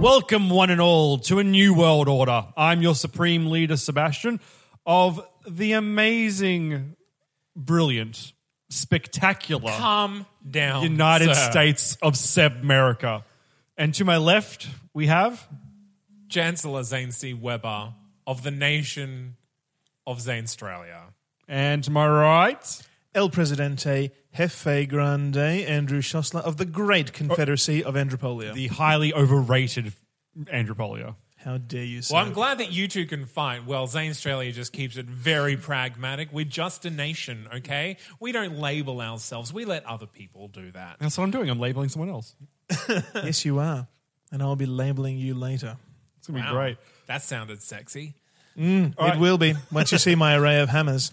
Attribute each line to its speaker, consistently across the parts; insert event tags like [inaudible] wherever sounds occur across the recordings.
Speaker 1: Welcome, one and all, to a new world order. I'm your supreme leader, Sebastian, of the amazing, brilliant, spectacular
Speaker 2: Calm down.
Speaker 1: United
Speaker 2: sir.
Speaker 1: States of Seb America. And to my left, we have
Speaker 2: Chancellor Zane C. Weber of the nation of Zane Australia.
Speaker 1: and to my right,
Speaker 3: El Presidente Jefe Grande Andrew Schossler of the
Speaker 2: Oh.
Speaker 3: Great Confederacy of Andropolia.
Speaker 1: the highly overrated Andropolia.
Speaker 3: How dare you say
Speaker 2: Well, [laughs] I'm glad that you two can fight. Well, Zane Australia just keeps it very pragmatic. We're just a nation, okay? We don't label ourselves. We let other people do that.
Speaker 1: That's what I'm doing. I'm labeling someone else.
Speaker 3: Yes, you are. And I'll be labeling you later.
Speaker 1: It's going to be
Speaker 2: Wow.
Speaker 1: Mm, great.
Speaker 2: That sounded sexy.
Speaker 3: It will
Speaker 2: [laughs]
Speaker 3: be once you see my array of hammers.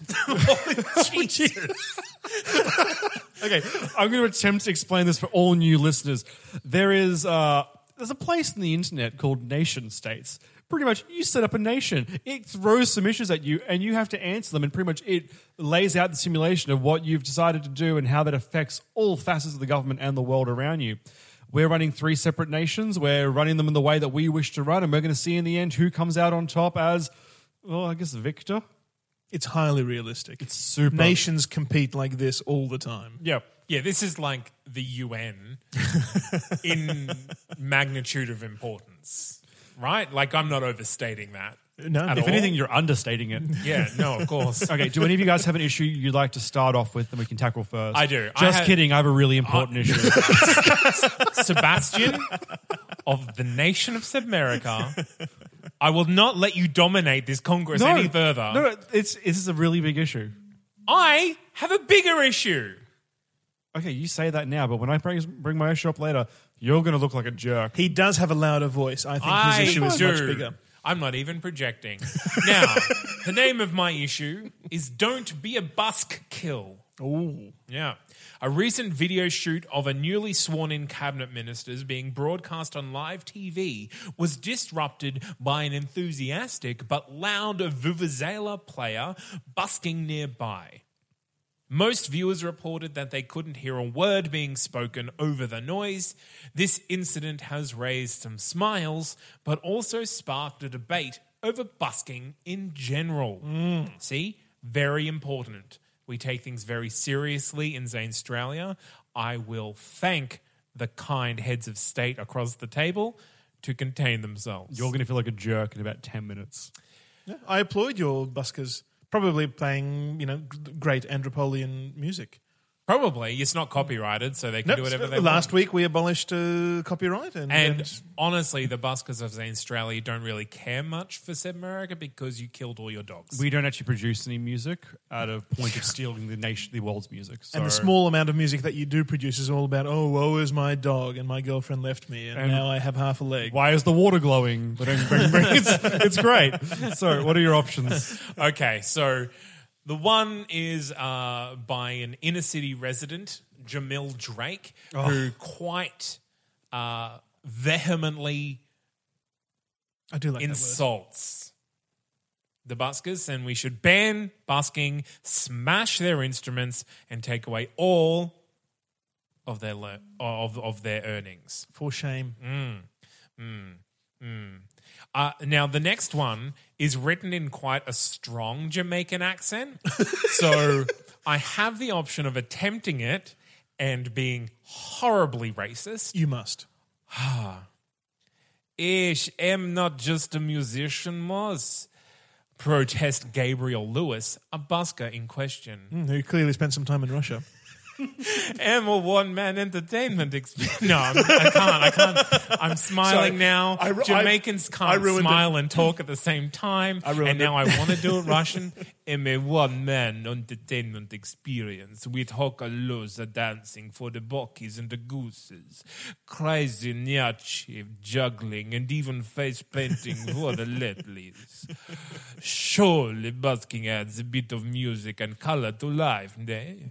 Speaker 2: Jesus.
Speaker 1: Okay, I'm going to attempt to explain this for all new listeners. There is uh, there's a place in the internet called nation states. Pretty much, you set up a nation. It throws some issues at you, and you have to answer them. And pretty much, it lays out the simulation of what you've decided to do and how that affects all facets of the government and the world around you. We're running three separate nations. We're running them in the way that we wish to run, and we're going to see in the end who comes out on top as, well, I guess victor.
Speaker 3: It's highly realistic. It's
Speaker 1: super.
Speaker 3: Nations compete like this all the time.
Speaker 1: Yeah,
Speaker 2: yeah, this is like the
Speaker 1: [laughs]
Speaker 2: UN in magnitude of importance, right? Like, I'm not
Speaker 1: [laughs]
Speaker 2: overstating that.
Speaker 3: No.
Speaker 2: at
Speaker 3: If
Speaker 1: If
Speaker 2: all.
Speaker 1: anything, you're understating it.
Speaker 2: yeah, no, of course.
Speaker 1: Okay, do any of you guys have an issue you'd like to start off with and we can tackle first?
Speaker 2: I do. I
Speaker 1: Just
Speaker 2: ha-
Speaker 1: kidding. I have a really
Speaker 2: [laughs]
Speaker 1: important issue.
Speaker 2: Sebastian of the nation of Submerica, I will not let you dominate this Congress any further.
Speaker 1: No, it's this is a really big issue.
Speaker 2: I have a bigger issue.
Speaker 1: Okay, you say that now, but when I bring, bring my issue up later, you're going to look like a jerk.
Speaker 3: He does have a louder voice. I think
Speaker 2: I
Speaker 3: his issue is
Speaker 2: do.
Speaker 3: much bigger.
Speaker 2: I'm not even projecting.
Speaker 3: [laughs]
Speaker 2: Now, the name of my issue is Don't Be a Busk Kill.
Speaker 3: Ooh.
Speaker 2: Yeah. A recent video shoot of a newly sworn in cabinet ministers being broadcast on live TV was disrupted by an enthusiastic but loud Vuvuzela player busking nearby. Most viewers reported that they couldn't hear a word being spoken over the noise. This incident has raised some smiles, but also sparked a debate over busking in general.
Speaker 3: Mm.
Speaker 2: See, very important. We take things very seriously in Zane Australia. I will thank the kind heads of state across the table to contain themselves.
Speaker 1: You're going to feel like a jerk in about 10 minutes.
Speaker 3: I applaud your buskers. Probably playing, you know, g- great Andropolian music.
Speaker 2: Probably it's not copyrighted, so they can do
Speaker 3: Nope.
Speaker 2: whatever they want.
Speaker 3: Last week we abolished uh, copyright and,
Speaker 2: And
Speaker 3: and
Speaker 2: honestly, the buskers of Zane Australia don't really care much for Sub America because you killed all your dogs.
Speaker 1: We don't actually produce any music out of point of stealing the nation, the world's music. So.
Speaker 3: And the small amount of music that you do produce is all about, oh, woe is my dog, and my girlfriend left me, and,
Speaker 1: And-
Speaker 3: now I have half a leg.
Speaker 1: Why is the water glowing? They don't bring- bring- [laughs] it's, it's great. So, what are your options?
Speaker 2: okay, so the one is uh, by an inner city resident, Jamil Drake, who quite uh, vehemently
Speaker 3: I do like that
Speaker 2: insults the buskers, and we should ban busking, smash their instruments, and take away all of their le- of of their earnings.
Speaker 3: word. For shame.
Speaker 1: Mm.
Speaker 2: Uh, now, the next one is written in quite a strong Jamaican accent. so I have the option of attempting it and being horribly racist.
Speaker 3: You must.
Speaker 2: Ich am not just a musician, Moss. Protest Gabriel Lewis, a busker in question.
Speaker 3: Mm, Who clearly spent some time in Russia.
Speaker 2: Am a one man entertainment exp- No, I'm, I can't. I can't.
Speaker 3: [laughs]
Speaker 2: I'm smiling
Speaker 3: Sorry.
Speaker 2: now.
Speaker 3: I ru- I-
Speaker 2: Jamaicans
Speaker 3: I
Speaker 2: can't
Speaker 3: ruined
Speaker 2: smile and talk at the same time.
Speaker 3: I ruined
Speaker 2: and now I want to
Speaker 3: [laughs]
Speaker 2: do it Russian. Am a one man entertainment experience with hokaluza dancing for the bockies and the gooses, crazy nyachi juggling, and even face painting for the Letleys. Surely busking adds a bit of music and color to life, eh? nay?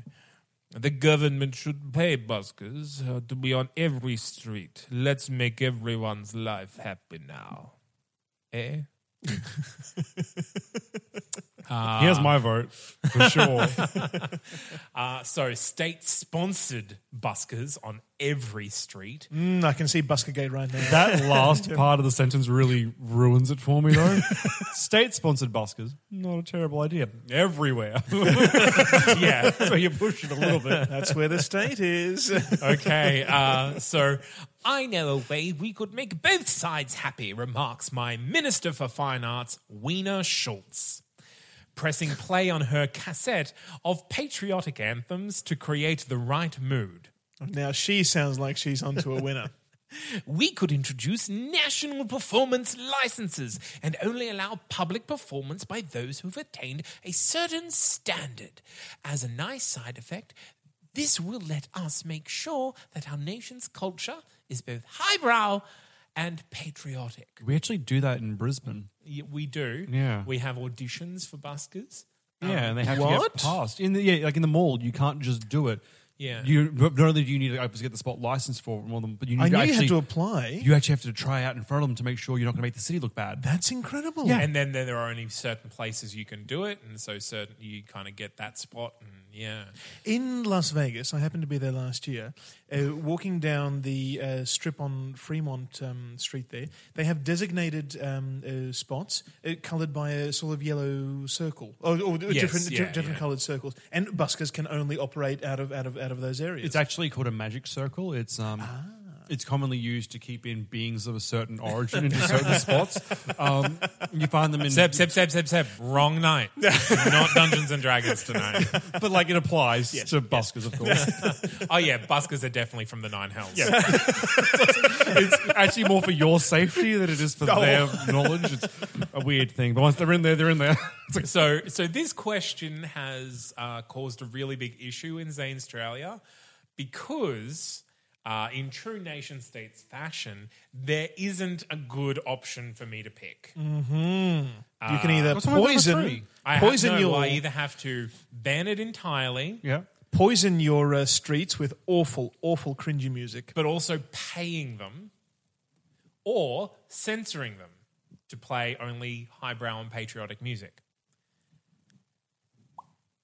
Speaker 2: The government should pay buskers uh, to be on every street. Let's make everyone's life happy now. Eh?
Speaker 1: Here's Ah. my vote for sure.
Speaker 2: Uh, so, state sponsored buskers on every street.
Speaker 3: [laughs] Mm, I can see Buskergate right
Speaker 1: [laughs]
Speaker 3: now.
Speaker 1: that last part of the sentence really ruins it for me, [laughs] though. State sponsored buskers, not a terrible idea. Everywhere.
Speaker 2: [laughs] yeah.
Speaker 1: so you push it a little bit.
Speaker 3: That's where the state is.
Speaker 2: Okay. Uh, so, I know a way we could make both sides happy, remarks my Minister for Fine Arts, Weena Schultz. Pressing play on her cassette of patriotic anthems to create the right mood.
Speaker 3: now she sounds like she's onto a winner.
Speaker 2: we could introduce national performance licenses and only allow public performance by those who've attained a certain standard. As a nice side effect, this will let us make sure that our nation's culture is both highbrow and patriotic.
Speaker 1: [laughs] We actually do that in Brisbane.
Speaker 2: Y- We do.
Speaker 1: Yeah.
Speaker 2: We have auditions for buskers.
Speaker 1: Yeah, and they have to
Speaker 2: What?
Speaker 1: get passed in the yeah, like in the mall. You can't just do it.
Speaker 2: Yeah.
Speaker 1: you not only do you need to obviously get the spot license for one of them, but you need
Speaker 3: I
Speaker 1: to
Speaker 3: knew you
Speaker 1: actually
Speaker 3: had to apply.
Speaker 1: you actually have to try out in front of them to make sure you're not going to make the city look bad.
Speaker 3: That's incredible.
Speaker 2: And then there are only certain places you can do it, and so certain you kind of get that spot. And yeah,
Speaker 3: In Las Vegas, I happened to be there last year, uh, walking down the uh, strip on Fremont um, Street there. They have designated um, uh, spots uh, coloured by a sort of yellow circle, or, or different,
Speaker 2: yeah, yeah.
Speaker 3: different coloured circles. And buskers can only operate out of, out of, out of those areas.
Speaker 1: It's actually called a magic circle. It's um,
Speaker 3: Ah.
Speaker 1: it's commonly used to keep in beings of a certain origin into certain [laughs] spots. Um, you find them in
Speaker 2: Seb, Seb, Seb, Seb, Seb. Wrong night. Not Dungeons and Dragons tonight.
Speaker 1: but like it applies to buskers, of course.
Speaker 2: Oh yeah, buskers are definitely from the Nine Hells.
Speaker 1: it's [laughs] actually more for your safety than it is for their knowledge. It's a weird thing, but once they're in there, they're in there. It's like,
Speaker 2: So, so this question has uh, caused a really big issue in Zane Australia because, uh, in true nation states fashion, there isn't a good option for me to pick.
Speaker 3: you can
Speaker 2: Ah.
Speaker 3: either
Speaker 1: what's wrong with number
Speaker 3: poison,
Speaker 1: three?
Speaker 2: I have-
Speaker 3: poison
Speaker 2: no,
Speaker 3: your
Speaker 2: I either have to ban it entirely,
Speaker 1: yeah.
Speaker 3: poison your uh, streets with awful, awful cringy music.
Speaker 2: but also paying them, or censoring them to play only highbrow and patriotic music.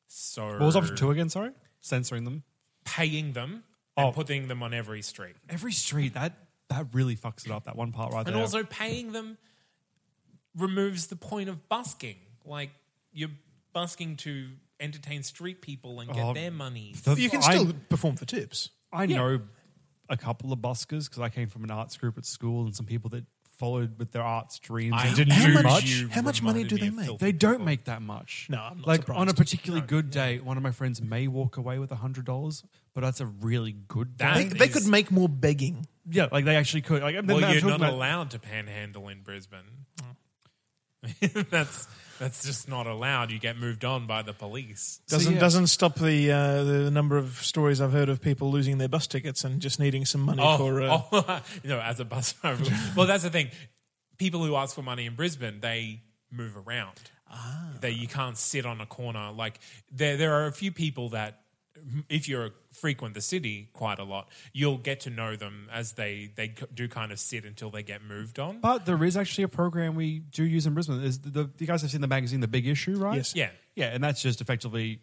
Speaker 2: So
Speaker 1: What was option two again? Sorry, censoring them.
Speaker 2: paying them
Speaker 1: Oh.
Speaker 2: and putting them on every street.
Speaker 1: Every street that that really fucks it up. That one part right
Speaker 2: And
Speaker 1: there.
Speaker 2: also paying them removes the point of busking. Like you're busking to entertain street people and get
Speaker 1: Oh,
Speaker 2: their money.
Speaker 1: The-
Speaker 3: You can
Speaker 1: I-
Speaker 3: still perform for tips.
Speaker 1: I, know a couple of buskers because I came from an arts group at school, and some people that followed with their arts dreams
Speaker 2: I-
Speaker 1: and didn't
Speaker 2: How
Speaker 1: do
Speaker 3: much-
Speaker 1: much.
Speaker 3: you how much money do
Speaker 2: reminded
Speaker 3: they
Speaker 2: me of
Speaker 3: make?
Speaker 2: filthy
Speaker 1: They don't
Speaker 2: people.
Speaker 1: make that much.
Speaker 3: No, I'm not
Speaker 1: like on a
Speaker 3: surprised.
Speaker 1: particularly good day, one of my friends may walk away with hundred dollars, but that's a really good day.
Speaker 2: That
Speaker 3: They, they
Speaker 2: is-
Speaker 3: could make more begging.
Speaker 1: yeah, like they actually could. Like, I'm-
Speaker 2: Well,
Speaker 1: I'm
Speaker 2: you're
Speaker 1: talking
Speaker 2: not
Speaker 1: about-
Speaker 2: allowed to panhandle in Brisbane. [laughs] that's that's just not allowed. You get moved on by the police.
Speaker 3: Doesn't
Speaker 1: yeah.
Speaker 3: doesn't stop the uh, the number of stories I've heard of people losing their bus tickets and just needing some money
Speaker 2: Oh,
Speaker 3: for. Uh,
Speaker 2: [laughs] oh, no, as a bus [laughs] driver. well, that's the thing. People who ask for money in Brisbane, they move around. They, you can't sit on a corner. Like there, there are a few people that, if you're frequent the city quite a lot, you'll get to know them as they they c- do kind of sit until they get moved on.
Speaker 1: But there is actually a program we do use in Brisbane. Is the, the you guys have seen the magazine The Big Issue, right?
Speaker 3: Yes.
Speaker 2: Yeah.
Speaker 1: Yeah, and that's just effectively,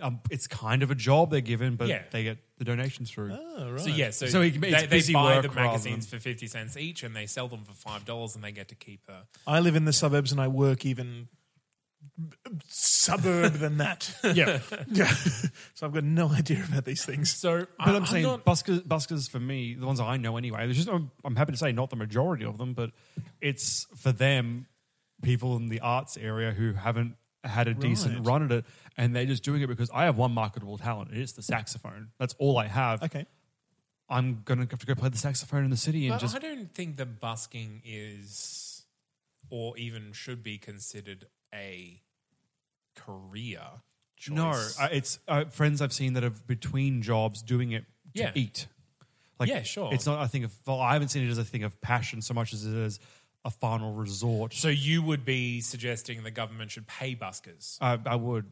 Speaker 1: um, it's kind of a job they're given, but
Speaker 2: Yeah. Oh.
Speaker 1: they get the donations through.
Speaker 2: So yeah, so,
Speaker 1: So it- it's
Speaker 2: they, they
Speaker 1: busy
Speaker 2: buy
Speaker 1: work rather
Speaker 2: the
Speaker 1: than-
Speaker 2: magazines for fifty cents each, and they sell them for five dollars, and they get to keep the.
Speaker 3: I live in the suburbs and I work even b- suburb
Speaker 2: [laughs]
Speaker 3: than that.
Speaker 1: Yeah.
Speaker 3: [laughs] yeah. So I've got no idea about these things.
Speaker 2: So
Speaker 1: But I'm,
Speaker 2: I'm
Speaker 1: saying
Speaker 2: not-
Speaker 1: buskers, buskers for me, the ones I know anyway, there's just, I'm, I'm happy to say not the majority of them, but it's for them, people in the arts area who haven't had a decent run at it and they're just doing it because I have one marketable talent and it's the saxophone. That's all I have.
Speaker 3: Okay.
Speaker 1: I'm going to have to go play the saxophone in the city and
Speaker 2: But
Speaker 1: just.
Speaker 2: I don't think the busking is or even should be considered a career choice.
Speaker 1: No, I, it's uh, friends I've seen that have between jobs doing it to
Speaker 2: Yeah.
Speaker 1: eat. Like,
Speaker 2: Yeah, sure.
Speaker 1: It's not a thing of, well, I haven't seen it as a thing of passion so much as it is a final resort.
Speaker 2: so you would be suggesting the government should pay buskers.
Speaker 1: I, uh, I would.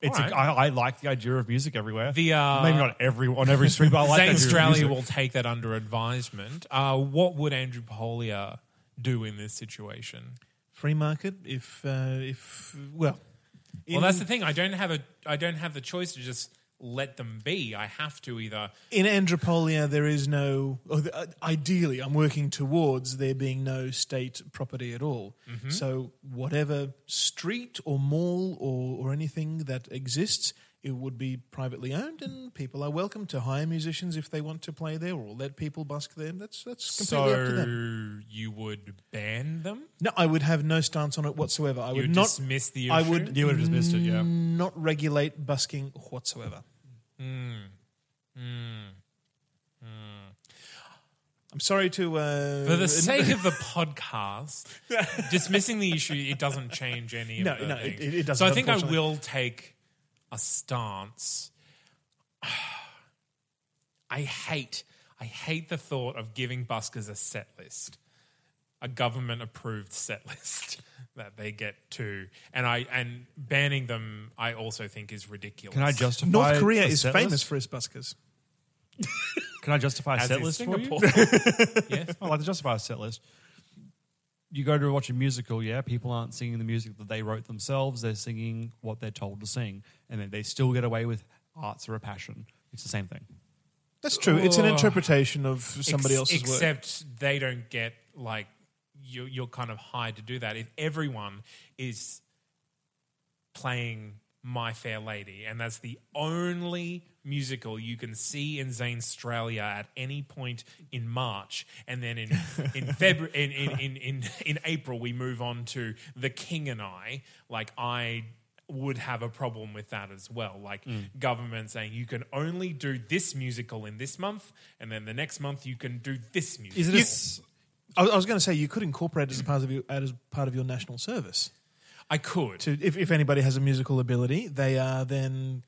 Speaker 1: It's a-
Speaker 2: Alright.
Speaker 1: I, I like the idea of music everywhere.
Speaker 2: The, uh,
Speaker 1: Maybe not every on every street, but I like the
Speaker 2: Zane
Speaker 1: idea of
Speaker 2: Australia
Speaker 1: music.
Speaker 2: will take that under advisement. Uh, what would Andrew Polia do in this situation?
Speaker 3: Free market, if, uh, if well.
Speaker 2: well, that's the thing. I don't have a. I don't have the choice to just let them be. I have to either.
Speaker 3: in Andropolia, there is no. Or the, uh, ideally, I'm working towards there being no state property at all.
Speaker 2: Mm-hmm.
Speaker 3: So, whatever street or mall or, or anything that exists, it would be privately owned, and people are welcome to hire musicians if they want to play there, or let people busk there. That's that's completely up to
Speaker 2: So
Speaker 3: them.
Speaker 2: you would ban them.
Speaker 3: No, I would have no stance on it whatsoever. I
Speaker 2: You
Speaker 3: would
Speaker 2: would
Speaker 3: not
Speaker 2: dismiss the issue.
Speaker 3: I would
Speaker 1: You would have just missed it, yeah.
Speaker 3: Mm, not regulate busking whatsoever. I'm sorry to uh,
Speaker 2: For the sake
Speaker 3: [laughs]
Speaker 2: of the podcast, dismissing the issue, it doesn't change any of
Speaker 3: No,
Speaker 2: the
Speaker 3: no,
Speaker 2: things.
Speaker 3: it- it doesn't,
Speaker 2: So I think I
Speaker 3: unfortunately.
Speaker 2: will take a stance. [sighs] I hate, I hate the thought of giving buskers a set list, a government-approved set [laughs] list that they get to, and I and banning them, I also think is ridiculous.
Speaker 1: Can I justify?
Speaker 3: North Korea
Speaker 1: a
Speaker 3: is
Speaker 1: set
Speaker 3: famous
Speaker 1: list?
Speaker 3: for its buskers.
Speaker 1: Can I justify a
Speaker 2: As
Speaker 1: set
Speaker 2: is
Speaker 1: list for you?
Speaker 2: Singapore. [laughs]
Speaker 1: [laughs]
Speaker 2: yes.
Speaker 1: I like to justify a set list. You go to watch a musical, yeah. People aren't singing the music that they wrote themselves. They're singing what they're told to sing, and then they still get away with arts or a passion. It's the same thing.
Speaker 3: That's true. It's an
Speaker 2: Oh.
Speaker 3: interpretation of somebody
Speaker 2: Ex-
Speaker 3: else's work.
Speaker 2: Except they don't get like you, you're kind of hired to do that. If everyone is playing My Fair Lady, and that's the only musical you can see in Zane Australia at any point in March, and
Speaker 1: [laughs]
Speaker 2: then in in February in, in, in, in, in April we move on to The King and I. Like I would have a problem with that as well. Like
Speaker 1: Mm.
Speaker 2: government saying you can only do this musical in this month, and then the next month you can do this musical.
Speaker 1: Is it? a s
Speaker 3: I was- I was going to say you could incorporate it as a part of your as part of your national service.
Speaker 2: I could.
Speaker 3: to if, if anybody has a musical ability, they are then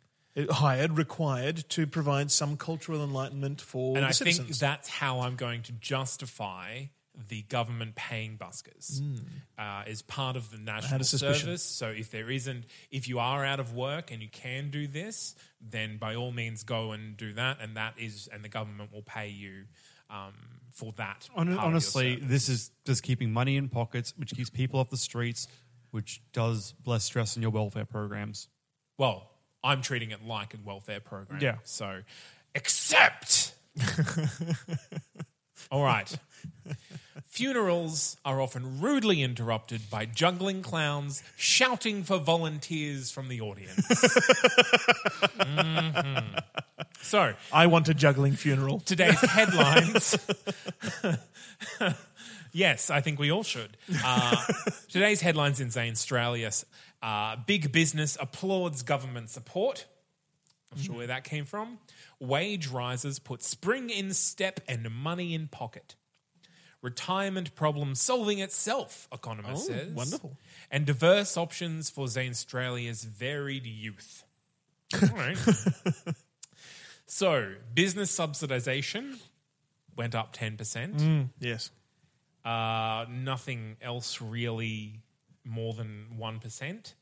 Speaker 3: hired, required to provide some cultural enlightenment for
Speaker 2: and
Speaker 3: the
Speaker 2: I think
Speaker 3: citizens.
Speaker 2: that's how I'm going to justify the government paying buskers
Speaker 3: Hmm.
Speaker 2: uh, as part of the national
Speaker 3: suspicion.
Speaker 2: service. So if there isn't, if you are out of work and you can do this, then by all means go and do that, and that is, and the government will pay you um, for that.
Speaker 1: Hon-
Speaker 2: part of your
Speaker 1: honestly,
Speaker 2: service.
Speaker 1: this is just keeping money in pockets, which keeps people off the streets, which does less stress on your welfare programs.
Speaker 2: well, I'm treating it like a welfare program.
Speaker 1: Yeah.
Speaker 2: So, except. All right. Funerals are often rudely interrupted by juggling clowns shouting for volunteers from the audience. Mhm. So,
Speaker 3: I want a juggling funeral.
Speaker 2: today's headlines. [laughs] yes, I think we all should. Uh, today's headlines in Zane Australia uh, Big Business applauds government support. Not sure where that came from. Wage rises put spring in step and money in pocket. Retirement problem solving itself, economist
Speaker 3: Oh,
Speaker 2: says.
Speaker 3: wonderful.
Speaker 2: And diverse options for Zane Australia's varied youth. All
Speaker 3: [laughs]
Speaker 2: right. so, business subsidization went up 10%.
Speaker 3: Yes.
Speaker 2: Uh, nothing else really more than 1%.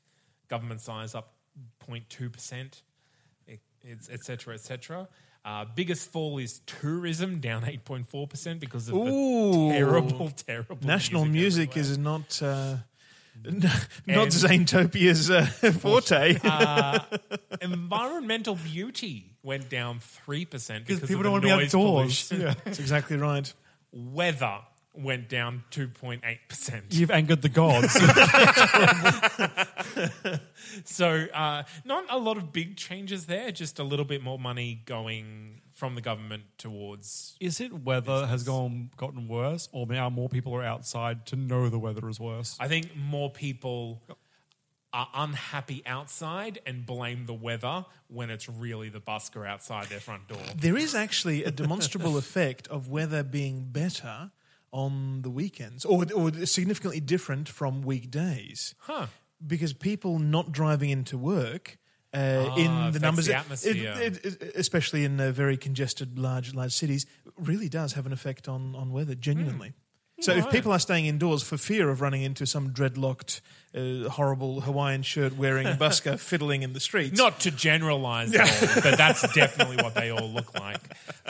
Speaker 2: Government size up 0.2%, et e, et cetera, et cetera. Uh, biggest fall is tourism, down 8.4% because of
Speaker 3: Ooh.
Speaker 2: the terrible, terrible
Speaker 3: Mm. National music,
Speaker 2: everywhere.
Speaker 3: is not uh, n- not
Speaker 2: And- [laughs]
Speaker 3: Zane's uh, forte.
Speaker 2: Ah, Environmental beauty went down 3% because
Speaker 1: people
Speaker 2: of
Speaker 1: don't
Speaker 2: the
Speaker 1: want to be
Speaker 2: noise [laughs]
Speaker 1: outdoors.
Speaker 2: pollution.
Speaker 3: That's exactly right.
Speaker 2: Weather went down 2.8%.
Speaker 1: You've angered the gods.
Speaker 2: So, uh, not a lot of big changes there, just a little bit more money going from the government towards.
Speaker 1: [laughs] Is it weather has gone gotten worse, or now more people are outside to know the weather is worse?
Speaker 2: I think more people are unhappy outside and blame the weather when it's really the busker outside their front door.
Speaker 3: There is actually a demonstrable [laughs] effect of weather being better on the weekends or, or significantly different from weekdays.
Speaker 2: Huh.
Speaker 3: Because people not driving into work. Uh,
Speaker 2: Ah,
Speaker 3: in the
Speaker 2: affects
Speaker 3: numbers,
Speaker 2: the atmosphere.
Speaker 3: It, it, it, especially in uh, very congested, large, large cities, really does have an effect on, on weather. Genuinely,
Speaker 2: Hmm.
Speaker 3: so if people are staying indoors for fear of running into some dreadlocked, uh, horrible Hawaiian
Speaker 2: [laughs]
Speaker 3: shirt wearing busker fiddling in the streets,
Speaker 2: Not to generalize, at all, but that's definitely what they all look
Speaker 3: [laughs]
Speaker 2: like.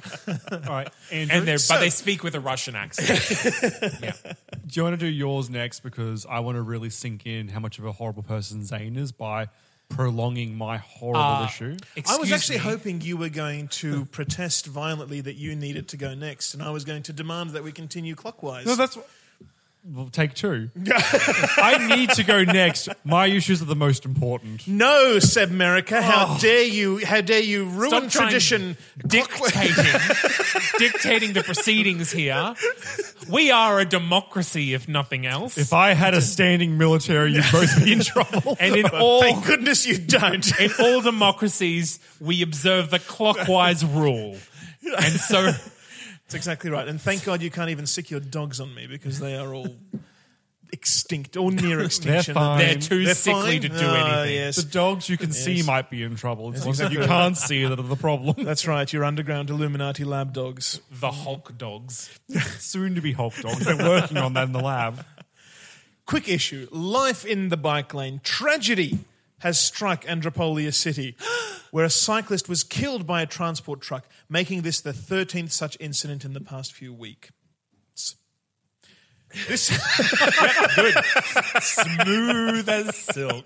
Speaker 1: [laughs] All right, Andrew,
Speaker 2: And they're, but they speak with a Russian
Speaker 3: [laughs]
Speaker 2: accent. yeah.
Speaker 1: do you want to do yours next? Because I want to really sink in how much of a horrible person Zane is by prolonging my horrible issue.
Speaker 3: I was
Speaker 2: Excuse
Speaker 3: actually
Speaker 2: me.
Speaker 3: hoping you were going to protest violently that you needed to go next, and I was going to demand that we continue clockwise.
Speaker 1: No, that's well, take [laughs] two. I need to go next. My issues are the most important.
Speaker 3: no, Seb Merica, how dare you? How dare you ruin
Speaker 2: Oh. Stop trying
Speaker 3: tradition?
Speaker 2: dictating dictating the proceedings here. We are a democracy, if nothing else.
Speaker 1: If I had a standing military, you'd both [laughs] be in trouble.
Speaker 2: and in all
Speaker 3: Thank goodness you don't.
Speaker 2: in all democracies, we observe the clockwise rule. And so
Speaker 3: That's exactly right. And thank God you can't even sick your dogs on me because they are all extinct or
Speaker 2: [laughs]
Speaker 3: near extinction.
Speaker 1: fine.
Speaker 2: they're too
Speaker 3: They're
Speaker 2: sickly
Speaker 3: fine?
Speaker 2: to do
Speaker 3: Ah,
Speaker 2: anything.
Speaker 3: yes.
Speaker 1: The dogs you can see might be in trouble. It's ones that you can't see that are the problem.
Speaker 3: That's right, your underground Illuminati lab dogs.
Speaker 2: The Hulk dogs.
Speaker 1: Soon to be Hulk dogs. They're working on that in the lab.
Speaker 3: Quick issue Life in the bike lane. Tragedy has struck Andropolia City, [gasps] where a cyclist was killed by a transport truck, making this the 13th such incident in the past few weeks. This, [laughs]
Speaker 2: Smooth as silk.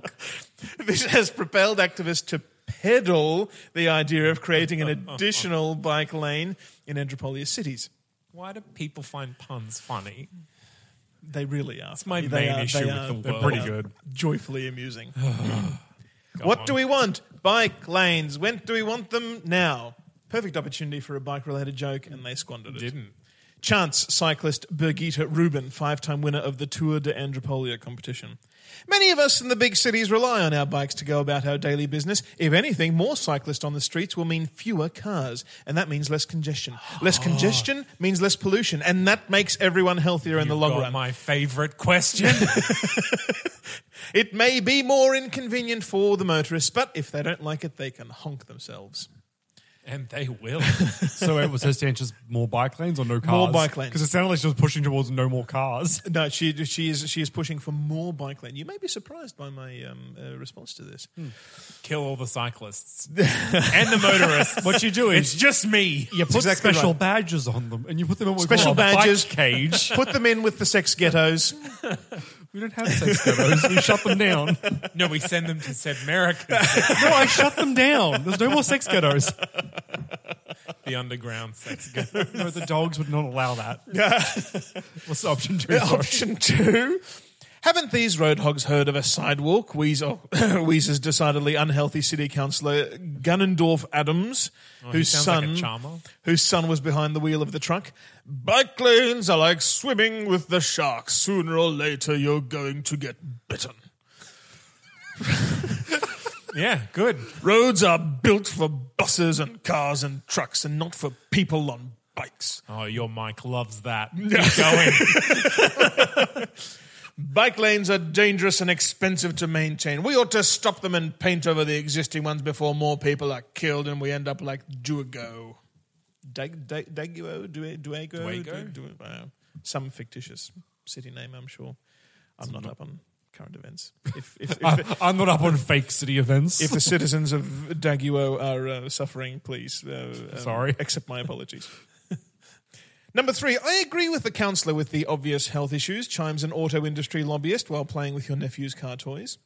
Speaker 3: this has propelled activists to peddle the idea of creating an additional bike lane in Andropolia cities.
Speaker 2: Why do people find puns funny?
Speaker 3: They really are. It's
Speaker 2: my main issue with the
Speaker 1: They're
Speaker 2: world.
Speaker 1: pretty good.
Speaker 3: uh, joyfully
Speaker 2: [sighs]
Speaker 3: amusing. what do we want? Bike lanes. When do we want them? Now. Perfect opportunity for a bike related joke, and they squandered it.
Speaker 2: Didn't.
Speaker 3: Chance cyclist Birgitta Rubin, five time winner of the Tour de Andropolia competition. Many of us in the big cities rely on our bikes to go about our daily business. If anything, more cyclists on the streets will mean fewer cars, and that means less congestion.
Speaker 2: [gasps]
Speaker 3: Less congestion means less pollution, and that makes everyone healthier in the
Speaker 2: You've
Speaker 3: long
Speaker 2: got
Speaker 3: run.
Speaker 2: My favorite question.
Speaker 1: [laughs]
Speaker 3: It may be more inconvenient for the motorists, but if they don't like it, they can honk themselves.
Speaker 2: and they will.
Speaker 1: So it was her stance just more bike lanes or no cars?
Speaker 3: More bike lanes.
Speaker 1: Because it sounded like she was pushing towards no more cars.
Speaker 3: No, she she is she is pushing for more bike lane. You may be surprised by my um, uh, response to this.
Speaker 1: Hmm.
Speaker 2: Kill all
Speaker 1: [laughs]
Speaker 2: the cyclists and the motorists.
Speaker 1: What you do is
Speaker 2: It's just me.
Speaker 1: you put
Speaker 3: exactly
Speaker 1: special
Speaker 3: right.
Speaker 1: badges on them and you put them in what we call
Speaker 3: Special
Speaker 1: a bike
Speaker 3: badges.
Speaker 1: cage.
Speaker 3: Put them in with the
Speaker 1: [laughs]
Speaker 3: sex ghettos.
Speaker 1: We don't have sex demos. We shut them down.
Speaker 2: No, we send them to said America,
Speaker 1: No, I shut them down. There's no more sex ghettos.
Speaker 2: the underground sex
Speaker 1: [laughs]
Speaker 2: game.
Speaker 1: No, the dogs would not allow that. What's option two? sorry?
Speaker 3: Option two. Haven't these road hogs heard of a sidewalk? Weezer, [laughs] Weezer's decidedly unhealthy city councillor Gunnendorf Adams, whose
Speaker 2: Oh, sounds like a
Speaker 3: son,
Speaker 2: charmer.
Speaker 3: whose son was behind the wheel of the truck. Bike lanes are like swimming with the sharks. Sooner or later, you're going to get bitten.
Speaker 2: Yeah, good.
Speaker 3: Roads are built for buses and cars and trucks, and not for people on bikes.
Speaker 2: Oh, your mic loves that.
Speaker 1: [laughs]
Speaker 2: Keep going.
Speaker 3: Bike lanes are dangerous and expensive to maintain. We ought to stop them and paint over the existing ones before more people are killed and we end up like Duago. Dag- Dag- Daguo? Due- Duago?
Speaker 2: Duago?
Speaker 3: Du- Du- uh, Some fictitious city name, I'm sure. I'm not up on current events. If, if, if,
Speaker 1: I, I'm not up on fake city events.
Speaker 3: if the citizens of Daguo are uh, suffering, please. Uh, um,
Speaker 1: Sorry.
Speaker 3: Accept my apologies. [laughs] Number three, I agree with the councillor with the obvious health issues, chimes an auto industry lobbyist while playing with your nephew's car toys.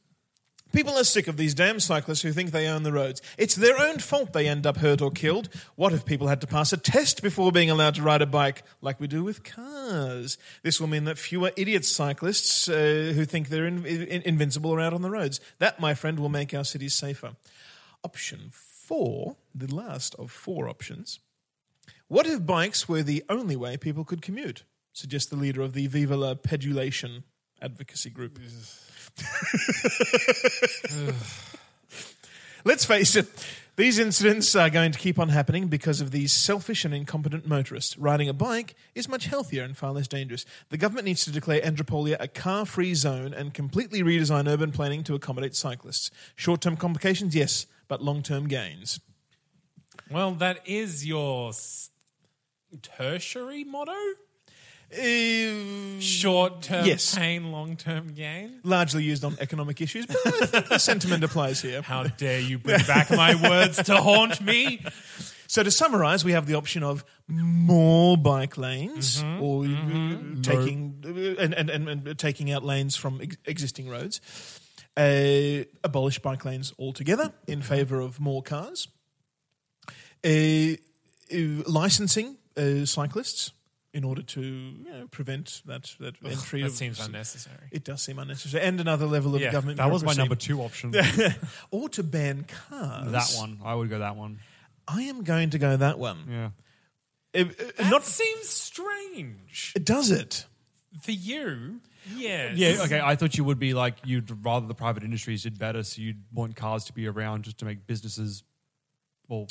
Speaker 3: People are sick of these damn cyclists who think they own the roads. It's their own fault they end up hurt or killed. What if people had to pass a test before being allowed to ride a bike, like we do with cars? This will mean that fewer idiot cyclists uh, who think they're in- in- invincible are out on the roads. That, my friend, will make our cities safer. Option four, the last of four options. What if bikes were the only way people could commute? Suggests the leader of the Viva la Pedulation advocacy group. Let's face it, these incidents are going to keep on happening because of these selfish and incompetent motorists. Riding a bike is much healthier and far less dangerous. The government needs to declare Andropolia a car free zone and completely redesign urban planning to accommodate cyclists. Short term complications, yes, but long term gains.
Speaker 2: Well, that is your s- tertiary motto.
Speaker 3: Uh,
Speaker 2: Short term
Speaker 3: Yes.
Speaker 2: pain, long term gain.
Speaker 3: largely used on economic issues, but [laughs] I think the sentiment applies here.
Speaker 2: How dare you bring back my words to haunt
Speaker 1: [laughs]
Speaker 2: me?
Speaker 3: So to summarise, we have the option of more bike lanes,
Speaker 1: Mm-hmm.
Speaker 3: or uh, taking uh, and, and, and, and taking out lanes from ex- existing roads, uh, abolish bike lanes altogether in
Speaker 1: Mm-hmm.
Speaker 3: favour of more cars, uh, uh, licensing uh, cyclists in order to you know, prevent that that entry.
Speaker 2: That
Speaker 3: of,
Speaker 2: seems unnecessary.
Speaker 3: It does seem unnecessary, and another level of
Speaker 1: Yeah,
Speaker 3: government.
Speaker 1: that was my
Speaker 3: bureaucracy.
Speaker 1: number two option.
Speaker 3: [laughs] Or to ban cars.
Speaker 1: that one. I would go that one.
Speaker 3: I am going to go that one.
Speaker 1: Yeah. Mm.
Speaker 3: It, it-
Speaker 2: That
Speaker 3: not
Speaker 2: seems strange
Speaker 3: does it.
Speaker 2: for you. Yes.
Speaker 1: Yeah, okay. I thought you would be like, you'd rather the private industries did better, so you'd want cars to be around just to make businesses more,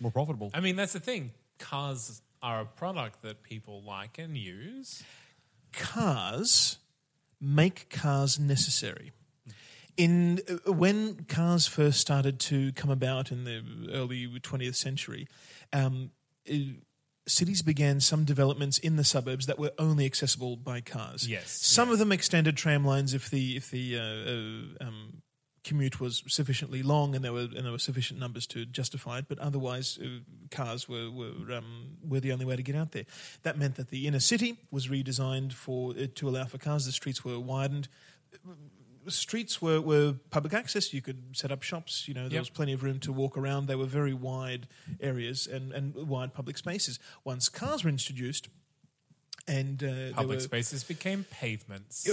Speaker 1: more profitable.
Speaker 2: I mean, that's the thing. Cars are a product that people like and use.
Speaker 3: Cars make cars necessary. In uh, when cars first started to come about in the early 20th century, um, uh, cities began some developments in the suburbs that were only accessible by cars.
Speaker 2: Yes,
Speaker 3: some of them extended tram lines if the if the uh, uh, um, commute was sufficiently long and there were and there were sufficient numbers to justify it. But otherwise, uh, cars were were um, were the only way to get out there. That meant that the inner city was redesigned for uh, to allow for cars. The streets were widened streets were, were public access. You could set up shops. You know, there
Speaker 2: Yep.
Speaker 3: was plenty of room to walk around. They were very wide areas and, and wide public spaces. Once cars were introduced, and uh, they
Speaker 2: Public
Speaker 3: were-
Speaker 2: spaces became pavements.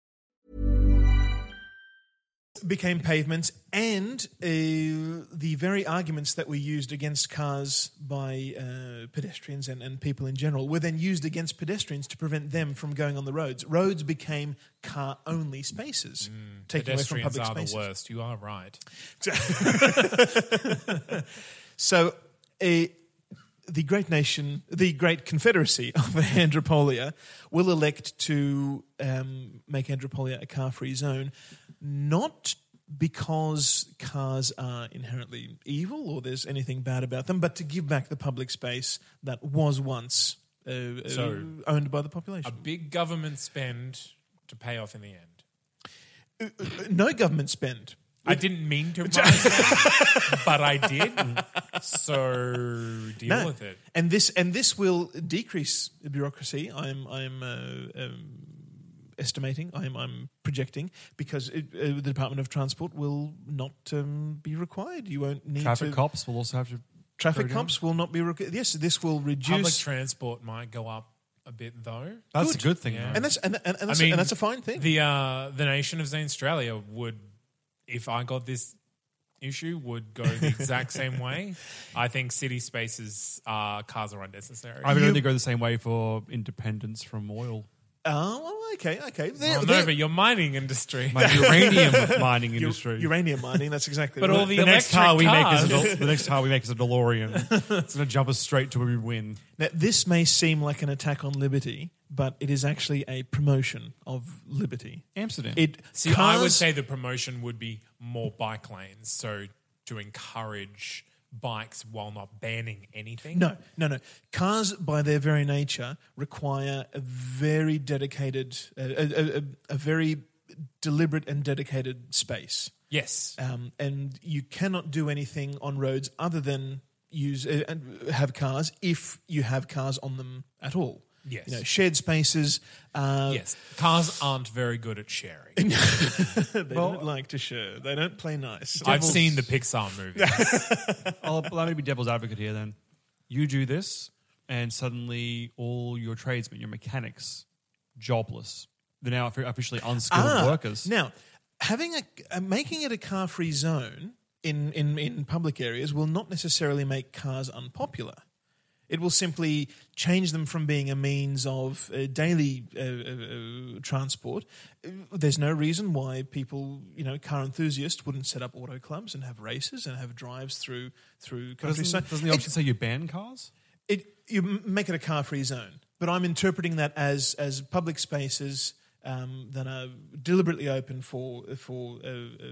Speaker 3: became pavements, and uh, the very arguments that were used against cars by uh, pedestrians and, and people in general were then used against pedestrians to prevent them from going on the roads. Roads became car only spaces, taking away from
Speaker 2: Mm. Pedestrians
Speaker 3: public
Speaker 2: are
Speaker 3: spaces.
Speaker 2: the worst. You are right.
Speaker 3: So, eh, the great nation, the great confederacy [laughs] of Andropolia, will elect to um, make Andropolia a car free zone, not because cars are inherently evil or there's anything bad about them, but to give back the public space that was once uh, uh,
Speaker 2: So-
Speaker 3: owned by the
Speaker 2: A
Speaker 3: population.
Speaker 2: big government spend to pay off in the end.
Speaker 3: no government spend.
Speaker 2: I didn't mean
Speaker 3: [laughs]
Speaker 2: to, rhyme that, but I did. So deal
Speaker 3: No.
Speaker 2: with it.
Speaker 3: And this and this will decrease bureaucracy. I'm I'm uh, um, estimating. I'm I'm projecting because it, uh, the Department of Transport will not um, be required. You won't need
Speaker 1: Traffic
Speaker 3: to,
Speaker 1: cops will also have to. go
Speaker 3: Traffic
Speaker 1: down.
Speaker 3: cops will not be required. Yes, this will
Speaker 2: Public
Speaker 3: reduce.
Speaker 2: transport might go up a bit though.
Speaker 1: That's a good thing, though.
Speaker 3: and that's and, and, and that's, and that's a fine thing.
Speaker 2: The uh, the nation of Zane Australia would, if I got this issue, would go the exact
Speaker 3: [laughs]
Speaker 2: same way. I think city spaces uh, cars are unnecessary.
Speaker 1: [laughs] I would only go the same way for independence from oil.
Speaker 3: oh, well, okay, okay. They're-
Speaker 2: Well,
Speaker 3: they're-
Speaker 2: no, but your mining industry.
Speaker 1: My uranium Ah. mining industry.
Speaker 3: uranium mining. That's exactly.
Speaker 2: [laughs] But
Speaker 3: right.
Speaker 2: all the,
Speaker 1: the next car we make is a
Speaker 2: electric
Speaker 1: Del- the next car we make is a DeLorean. it's gonna jump us straight to where we win.
Speaker 3: Now, this may seem like an attack on liberty, but it is actually a promotion of liberty.
Speaker 1: Amsterdam.
Speaker 3: It
Speaker 2: [laughs] See, I would
Speaker 3: cars-
Speaker 2: say the promotion would be more bike lanes, so to encourage bikes while not banning anything.
Speaker 3: No, no, no. Cars, by their very nature, require a very dedicated, a, a, a, a very deliberate and dedicated space.
Speaker 2: Yes.
Speaker 1: Uh,
Speaker 3: Um, and you cannot do anything on roads other than use uh, and have cars if you have cars on them at all.
Speaker 2: Yes.
Speaker 3: You know, shared spaces. Uh,
Speaker 2: Yes. Cars aren't very good at
Speaker 1: [laughs]
Speaker 2: sharing.
Speaker 3: [laughs] They don't like to share. They don't play nice.
Speaker 2: I've seen the Pixar movie.
Speaker 1: I'll, let me be devil's advocate here then. You do this, and suddenly all your tradesmen, your mechanics, jobless. They're now officially unskilled
Speaker 3: Ah,
Speaker 1: workers.
Speaker 3: Now, having a uh, making it a car free zone in, in in public areas will not necessarily make cars unpopular. It will simply change them from being a means of uh, daily uh, uh, uh, transport. Uh, There's no reason why people, you know, car enthusiasts wouldn't set up auto clubs and have races and have drives through through countryside.
Speaker 1: doesn't, doesn't the
Speaker 3: It-
Speaker 1: option say you ban cars?
Speaker 3: it you m- make it a car free zone. But I'm interpreting that as as public spaces um, that are deliberately open for for uh, uh,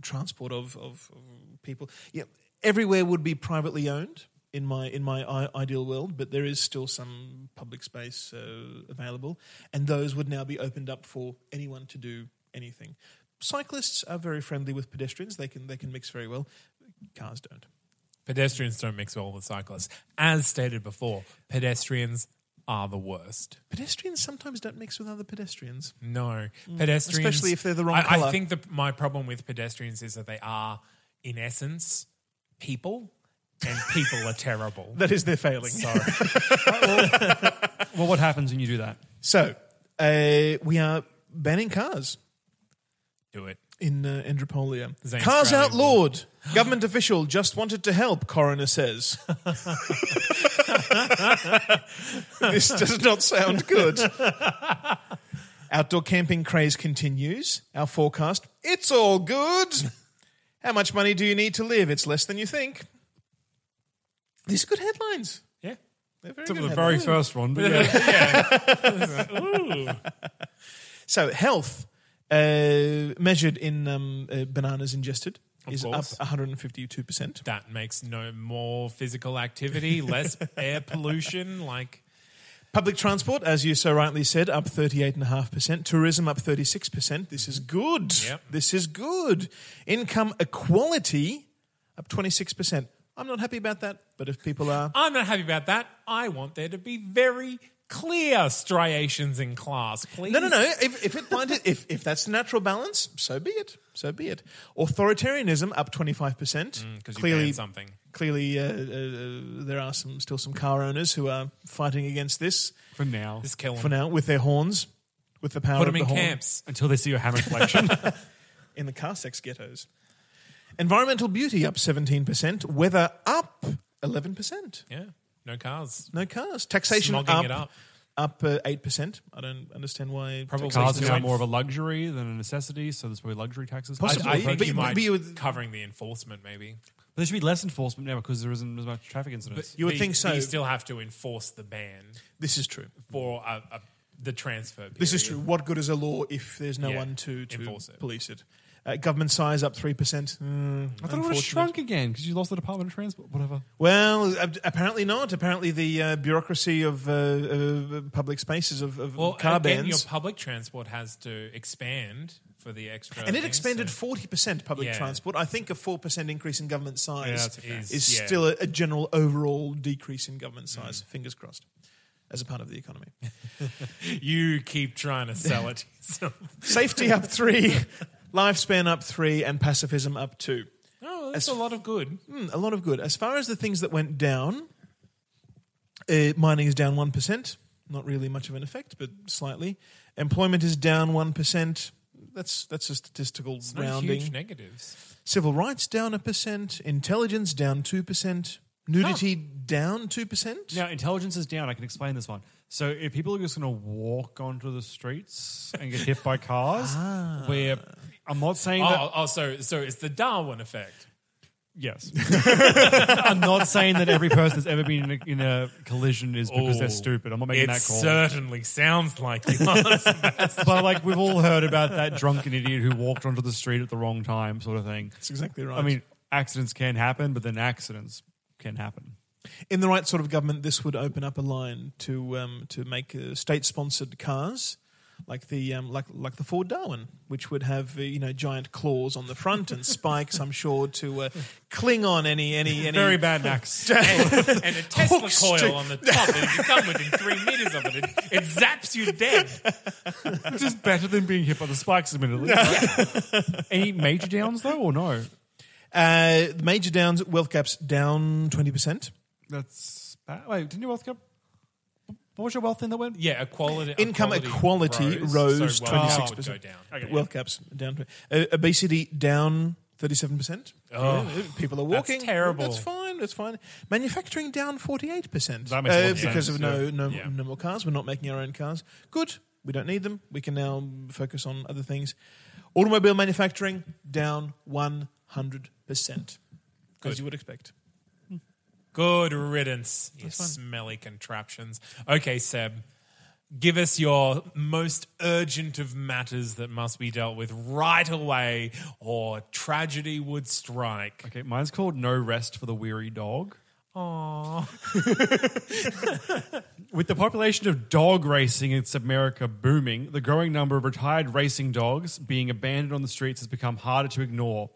Speaker 3: transport of, of of people. Yeah, everywhere would be privately owned in my in my I- ideal world, but there is still some public space uh, available, and those would now be opened up for anyone to do anything. Cyclists are very friendly with pedestrians; they can they can mix very well. Cars don't.
Speaker 2: Pedestrians don't mix well with cyclists. As stated before, pedestrians are the worst.
Speaker 3: Pedestrians sometimes don't mix with other pedestrians.
Speaker 2: No, pedestrians,
Speaker 3: Mm. Especially if they're the wrong
Speaker 2: I, I
Speaker 3: colour.
Speaker 2: think the, my problem with pedestrians is that they are, in essence, people, and people are terrible.
Speaker 3: [laughs] That is their failing.
Speaker 2: Sorry.
Speaker 1: [laughs] Well, what happens when you do that?
Speaker 3: So uh, we are banning cars
Speaker 2: Do it.
Speaker 3: in uh, Andropolia.
Speaker 2: Is that
Speaker 3: Cars
Speaker 2: Australian
Speaker 3: outlawed. Government official just wanted to help. Coroner says. [laughs] this does not sound good. Outdoor camping craze continues. Our forecast: it's all good. How much money do you need to live? It's less than you think. These are good headlines.
Speaker 2: Yeah.
Speaker 3: They're very
Speaker 1: Except
Speaker 3: good
Speaker 1: for the very
Speaker 3: headlines.
Speaker 1: first one. But yeah.
Speaker 3: So health uh, measured in um, uh, bananas ingested is
Speaker 2: course.
Speaker 3: up 152%.
Speaker 2: That makes no more physical activity,
Speaker 3: [laughs]
Speaker 2: less air pollution. Like,
Speaker 3: Public transport, as you so rightly said, up 38.5%. Tourism up 36%. This is good.
Speaker 2: Yep.
Speaker 3: This is good. Income equality up 26%. I'm not happy about that, but if people are,
Speaker 2: I'm not happy about that. I want there to be very clear striations in class, please.
Speaker 3: No, no, no. If, if it blind if, if that's the natural balance, so be it. So be it. Authoritarianism up twenty five percent.
Speaker 2: Mm, 'cause you banned something.
Speaker 3: Clearly, uh, uh, uh, there are some still some car owners who are fighting against this
Speaker 1: [laughs] For now.
Speaker 2: Just kill 'em.
Speaker 3: for now with their horns, with the power
Speaker 2: Put
Speaker 3: of
Speaker 2: them
Speaker 3: the
Speaker 2: in
Speaker 3: horn
Speaker 2: camps.
Speaker 1: Until they see your hammer collection.
Speaker 3: in the car sex ghettos. Environmental beauty up seventeen percent. Weather up eleven percent.
Speaker 2: Yeah. No cars.
Speaker 3: No cars. Taxation
Speaker 2: Smogging
Speaker 3: up,
Speaker 2: it up.
Speaker 3: up uh, eight percent. I don't understand why.
Speaker 2: Probably
Speaker 1: cars are now
Speaker 2: Going-
Speaker 1: more of a luxury than a necessity, so there's probably luxury taxes.
Speaker 2: I,
Speaker 3: Possibly.
Speaker 2: I think
Speaker 3: But-
Speaker 2: you
Speaker 3: but-
Speaker 2: might
Speaker 3: but
Speaker 2: be
Speaker 3: you would-
Speaker 2: covering the enforcement, maybe.
Speaker 1: But there should be less enforcement now because there isn't as much traffic incidents.
Speaker 3: You would
Speaker 2: But-
Speaker 3: think
Speaker 2: but
Speaker 3: so.
Speaker 2: You still have to enforce the ban
Speaker 3: This is true.
Speaker 2: for a, a, the transfer. Period.
Speaker 3: This is true. What good is a law if there's no
Speaker 2: Yeah,
Speaker 3: one to, to
Speaker 2: enforce it.
Speaker 3: police it? Uh, government size up 3%. Mm,
Speaker 1: I thought it would have shrunk again because you lost the Department of Transport. Whatever.
Speaker 3: Well, ab- apparently not. Apparently, the uh, bureaucracy of uh, uh, public spaces of, of
Speaker 2: Well,
Speaker 3: car
Speaker 2: again, your
Speaker 3: bans.
Speaker 2: public transport has to expand for the extra.
Speaker 3: And it
Speaker 2: thing,
Speaker 3: expanded
Speaker 2: so-
Speaker 3: 40% public
Speaker 2: Yeah.
Speaker 3: transport. I think a 4% increase in government size
Speaker 2: that's okay.
Speaker 3: is,
Speaker 2: Is- yeah. Mm.
Speaker 3: still a, a general overall decrease in government size. Fingers crossed. As a part of the economy. [laughs]
Speaker 2: You keep trying to sell it. So-
Speaker 3: Safety
Speaker 2: [laughs]
Speaker 3: up three, lifespan up three, and pacifism up two.
Speaker 2: oh, that's a lot of good.
Speaker 3: Mm, a lot of good. As far as the things that went down, uh, mining is down 1%. Not really much of an effect, but slightly. Employment is down 1%. That's that's a statistical
Speaker 2: No huge
Speaker 3: rounding.
Speaker 2: negatives.
Speaker 3: Civil rights down a percent. Intelligence down 2%. Nudity down 2%.
Speaker 1: Now, intelligence is down. I can explain this one. So if people are just going to walk onto the streets and get hit by [laughs] cars, we're. I'm not saying that.
Speaker 2: Oh, oh, so so it's the Darwin effect.
Speaker 1: Yes, [laughs] I'm not saying that every person that's ever been in a, in a collision is because
Speaker 2: Oh,
Speaker 1: they're stupid. I'm not making
Speaker 2: it
Speaker 1: that call.
Speaker 2: certainly sounds like [laughs] you are.
Speaker 1: but like we've all heard about that drunken idiot who walked onto the street at the wrong time, sort of thing.
Speaker 3: That's exactly right.
Speaker 1: I mean, accidents can happen, but then accidents can happen.
Speaker 3: in the right sort of government, this would open up a line to um, to make uh, state-sponsored cars. Like the um, like like the Ford Darwin, which would have uh, you know giant claws on the front and spikes, I'm sure, to uh, cling on
Speaker 1: [laughs]
Speaker 3: any any any
Speaker 1: Very bad
Speaker 2: [laughs]
Speaker 1: accident.
Speaker 2: and, and a Tesla
Speaker 3: Hooks
Speaker 2: coil
Speaker 3: to-
Speaker 2: on the top. And if you come within three meters of it, it, it zaps you dead.
Speaker 1: Which is better than being hit by the spikes, admittedly. [laughs] Any major downs, though, or no?
Speaker 3: Uh, major downs, wealth gaps down 20%.
Speaker 1: That's bad. Wait, didn't your wealth cap? What was your wealth in that went?
Speaker 2: Yeah, equality.
Speaker 3: Income equality rose
Speaker 2: so wealth
Speaker 3: 26%.
Speaker 2: would Oh, Go down.
Speaker 3: Wealth gaps down. tw- Uh, obesity down 37%. Yeah, people are walking.
Speaker 2: terrible.
Speaker 3: That's fine. That's fine. Manufacturing down
Speaker 1: That
Speaker 3: 48%.
Speaker 1: makes a lot of
Speaker 3: Because
Speaker 1: sense,
Speaker 3: of no,
Speaker 1: yeah.
Speaker 3: no,
Speaker 1: Yeah.
Speaker 3: no more cars. We're not making our own cars. Good. We don't need them. We can now focus on other things. Automobile manufacturing down 100%. As you would expect.
Speaker 2: Good riddance, you smelly contraptions. Okay, Seb, give us your most urgent of matters that must be dealt with right away, or tragedy would strike.
Speaker 1: Okay, mine's called No Rest for the Weary Dog. Aww. With the population of dog racing in America booming, the growing number of retired racing dogs being abandoned on the streets has become harder to ignore.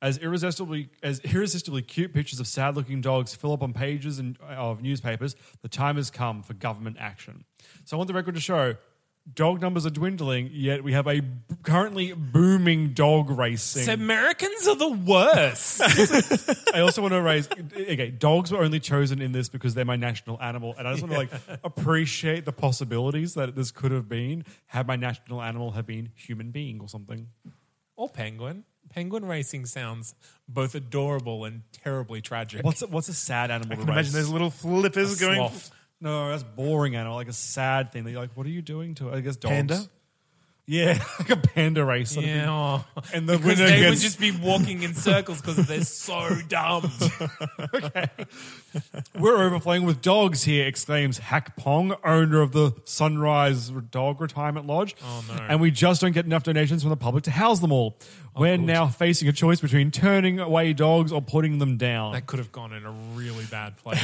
Speaker 1: As irresistibly, as irresistibly cute pictures of sad looking dogs fill up on pages and, uh, of newspapers, the time has come for government action. So I want the record to show dog numbers are dwindling, yet we have a b- currently booming dog racing.
Speaker 2: Americans are the worst.
Speaker 1: I also want to raise okay, dogs were only chosen in this because they're my national animal. And I just want to [laughs] like appreciate the possibilities that this could have been had my national animal have been human being or something.
Speaker 2: or penguin. Penguin racing sounds both adorable and terribly tragic.
Speaker 1: What's a, what's a sad animal to raise?
Speaker 3: Imagine those little flippers going.
Speaker 2: sloth?
Speaker 1: no, that's boring animal, like a sad thing. They're like, what are you doing to it? I guess dogs.
Speaker 3: Panda?
Speaker 1: Yeah, [laughs] like a panda race.
Speaker 2: Yeah, aw.
Speaker 1: [laughs] And the
Speaker 2: Because
Speaker 1: winner
Speaker 2: they would
Speaker 1: gets
Speaker 2: just be walking in circles because they're so
Speaker 1: [laughs]
Speaker 2: dumb.
Speaker 1: We're overflowing with dogs here, exclaims Hack Pong, owner of the Sunrise Dog Retirement Lodge. Oh, no. And we just don't get enough donations from the public to house them all. We're now facing a choice between turning away dogs or putting them down.
Speaker 2: That could have gone in a really bad place.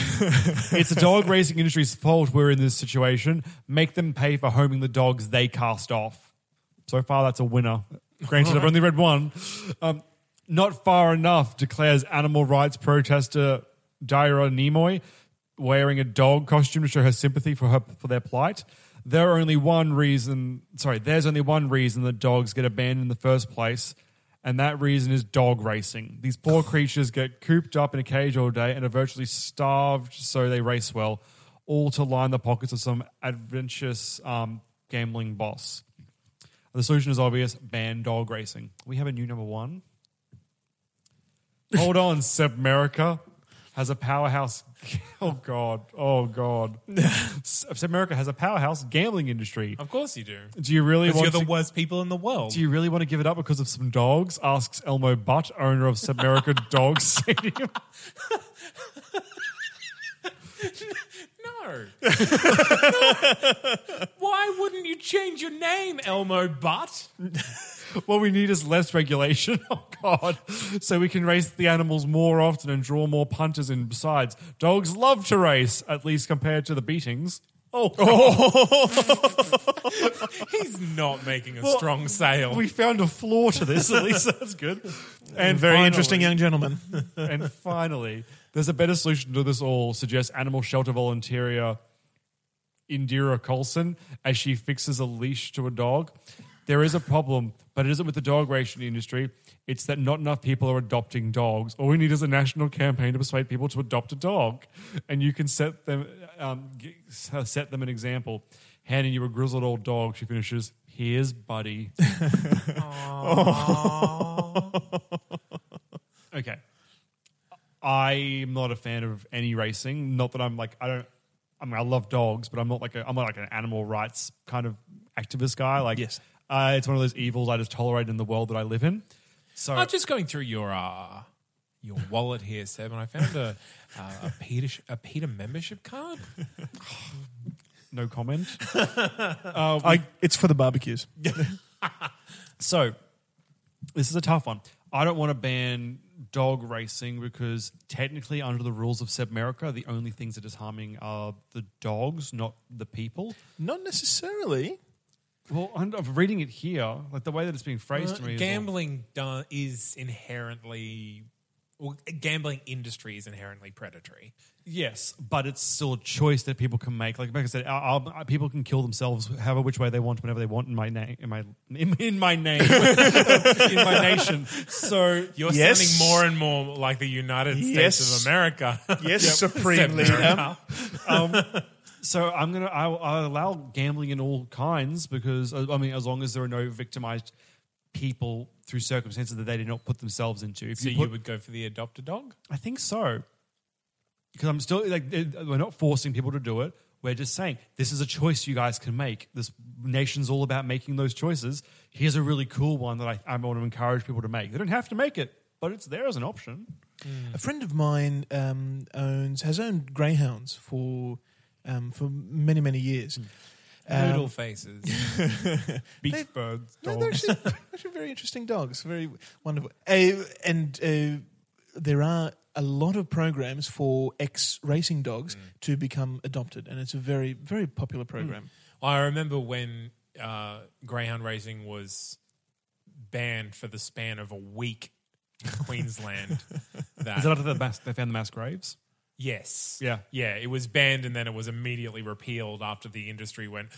Speaker 1: it's the dog racing industry's fault we're in this situation. Make them pay for homing the dogs they cast off. So far, that's a winner. Granted, I've only read one. Um, not far enough, declares animal rights protester Daira Nimoy, wearing a dog costume to show her sympathy for her for their plight. There are only one reason. Sorry, there's only one reason that dogs get abandoned in the first place, and that reason is dog racing. These poor creatures get cooped up in a cage all day and are virtually starved, so they race well, all to line the pockets of some adventurous um, gambling boss. The solution is obvious ban dog racing. We have a new number one. Hold on, [laughs] Submerica has a powerhouse. [laughs] Oh, God. Oh,
Speaker 2: [laughs]
Speaker 1: God. Submerica has a powerhouse gambling industry.
Speaker 2: of course you do.
Speaker 1: Do you really
Speaker 2: Because
Speaker 1: want
Speaker 2: you're the
Speaker 1: to-
Speaker 2: worst people in the world.
Speaker 1: do you really want to give it up because of some dogs? Asks Elmo Butt, owner of Submerica Dog Stadium.
Speaker 2: No. Why wouldn't you change your name, Elmo Butt?
Speaker 1: [laughs] What we need is less regulation. [laughs] Oh God! So we can race the animals more often and draw more punters. And besides, dogs love to race, at least compared to the beatings. Oh,
Speaker 2: [laughs] He's not making a strong sale.
Speaker 1: we found a flaw to this. At
Speaker 2: [laughs]
Speaker 1: least that's good. And
Speaker 3: Very
Speaker 1: finally-
Speaker 3: interesting young gentleman.
Speaker 1: and finally, there's a better solution to this all. Suggests animal shelter volunteer Indira Colson as she fixes a leash to a dog. There is a problem, but it isn't with the dog racing industry. It's that not enough people are adopting dogs. All we need is a national campaign to persuade people to adopt a dog, and you can set them um, g- set them an example. Handing you a grizzled old dog, she finishes. Here's Buddy. [laughs] okay. I'm not a fan of any racing. Not that I'm like I don't. I'm mean, I love dogs, but I'm not like a, I'm not like an animal rights kind of activist guy. Like,
Speaker 3: Yes.
Speaker 1: uh, it's one of those evils I just tolerate in the world that I live in. So
Speaker 2: I'm just going through your uh, your wallet here, Seb, and I found a uh, a Peter sh- a Peter membership card.
Speaker 1: no comment.
Speaker 3: [laughs]
Speaker 1: [laughs]
Speaker 3: I, it's for the barbecues.
Speaker 1: So, this is a tough one. I don't want to ban dog racing because technically, under the rules of Submerica, the only things that is harming are the dogs, not the people.
Speaker 3: Not necessarily.
Speaker 1: Well, I'm, I'm reading it here, like the way that it's being phrased to me. is all-
Speaker 2: gambling do- is inherently, well, gambling industry is inherently predatory.
Speaker 1: yes, but it's still a choice that people can make. Like, like I said, our, our, people can kill themselves however which way they want, whenever they want. In my name, in my in, in my name, [laughs] in my nation. So
Speaker 2: You're
Speaker 3: Yes.
Speaker 2: sounding more and more like the United States
Speaker 3: Yes.
Speaker 2: of America. [laughs]
Speaker 3: Yes,
Speaker 2: Seb
Speaker 3: Supreme Leader.
Speaker 2: America.
Speaker 1: um, So I'm gonna I, I allow gambling in all kinds because uh, I I mean as long as there are no victimized people through circumstances that they did not put themselves into. If
Speaker 2: So
Speaker 1: you
Speaker 2: you
Speaker 1: put,
Speaker 2: would go for the adopt a dog?
Speaker 1: I think so because I'm still like it- we're not forcing people to do it. We're just saying this is a choice you guys can make. This nation's all about making those choices. Here's a really cool one that I, I want to encourage people to make. They don't have to make it, but it's there as an option.
Speaker 3: A friend of mine um, owns has owned greyhounds for um, for many many years.
Speaker 2: Noodle
Speaker 3: [laughs]
Speaker 2: faces.
Speaker 1: Beak
Speaker 3: Um, They-
Speaker 1: birds,
Speaker 3: No, they're
Speaker 1: dogs.
Speaker 3: actually, actually very interesting dogs. Very wonderful. Uh, and uh, there are a lot of programs for ex racing dogs to become adopted, and it's a very very popular program.
Speaker 2: I remember when uh, greyhound racing was banned for the span of a week
Speaker 3: [laughs]
Speaker 2: in Queensland. that,
Speaker 1: Is that after the mass, they found the mass graves?
Speaker 2: yes.
Speaker 1: Yeah.
Speaker 2: Yeah, it was banned and then it was immediately repealed after the industry went,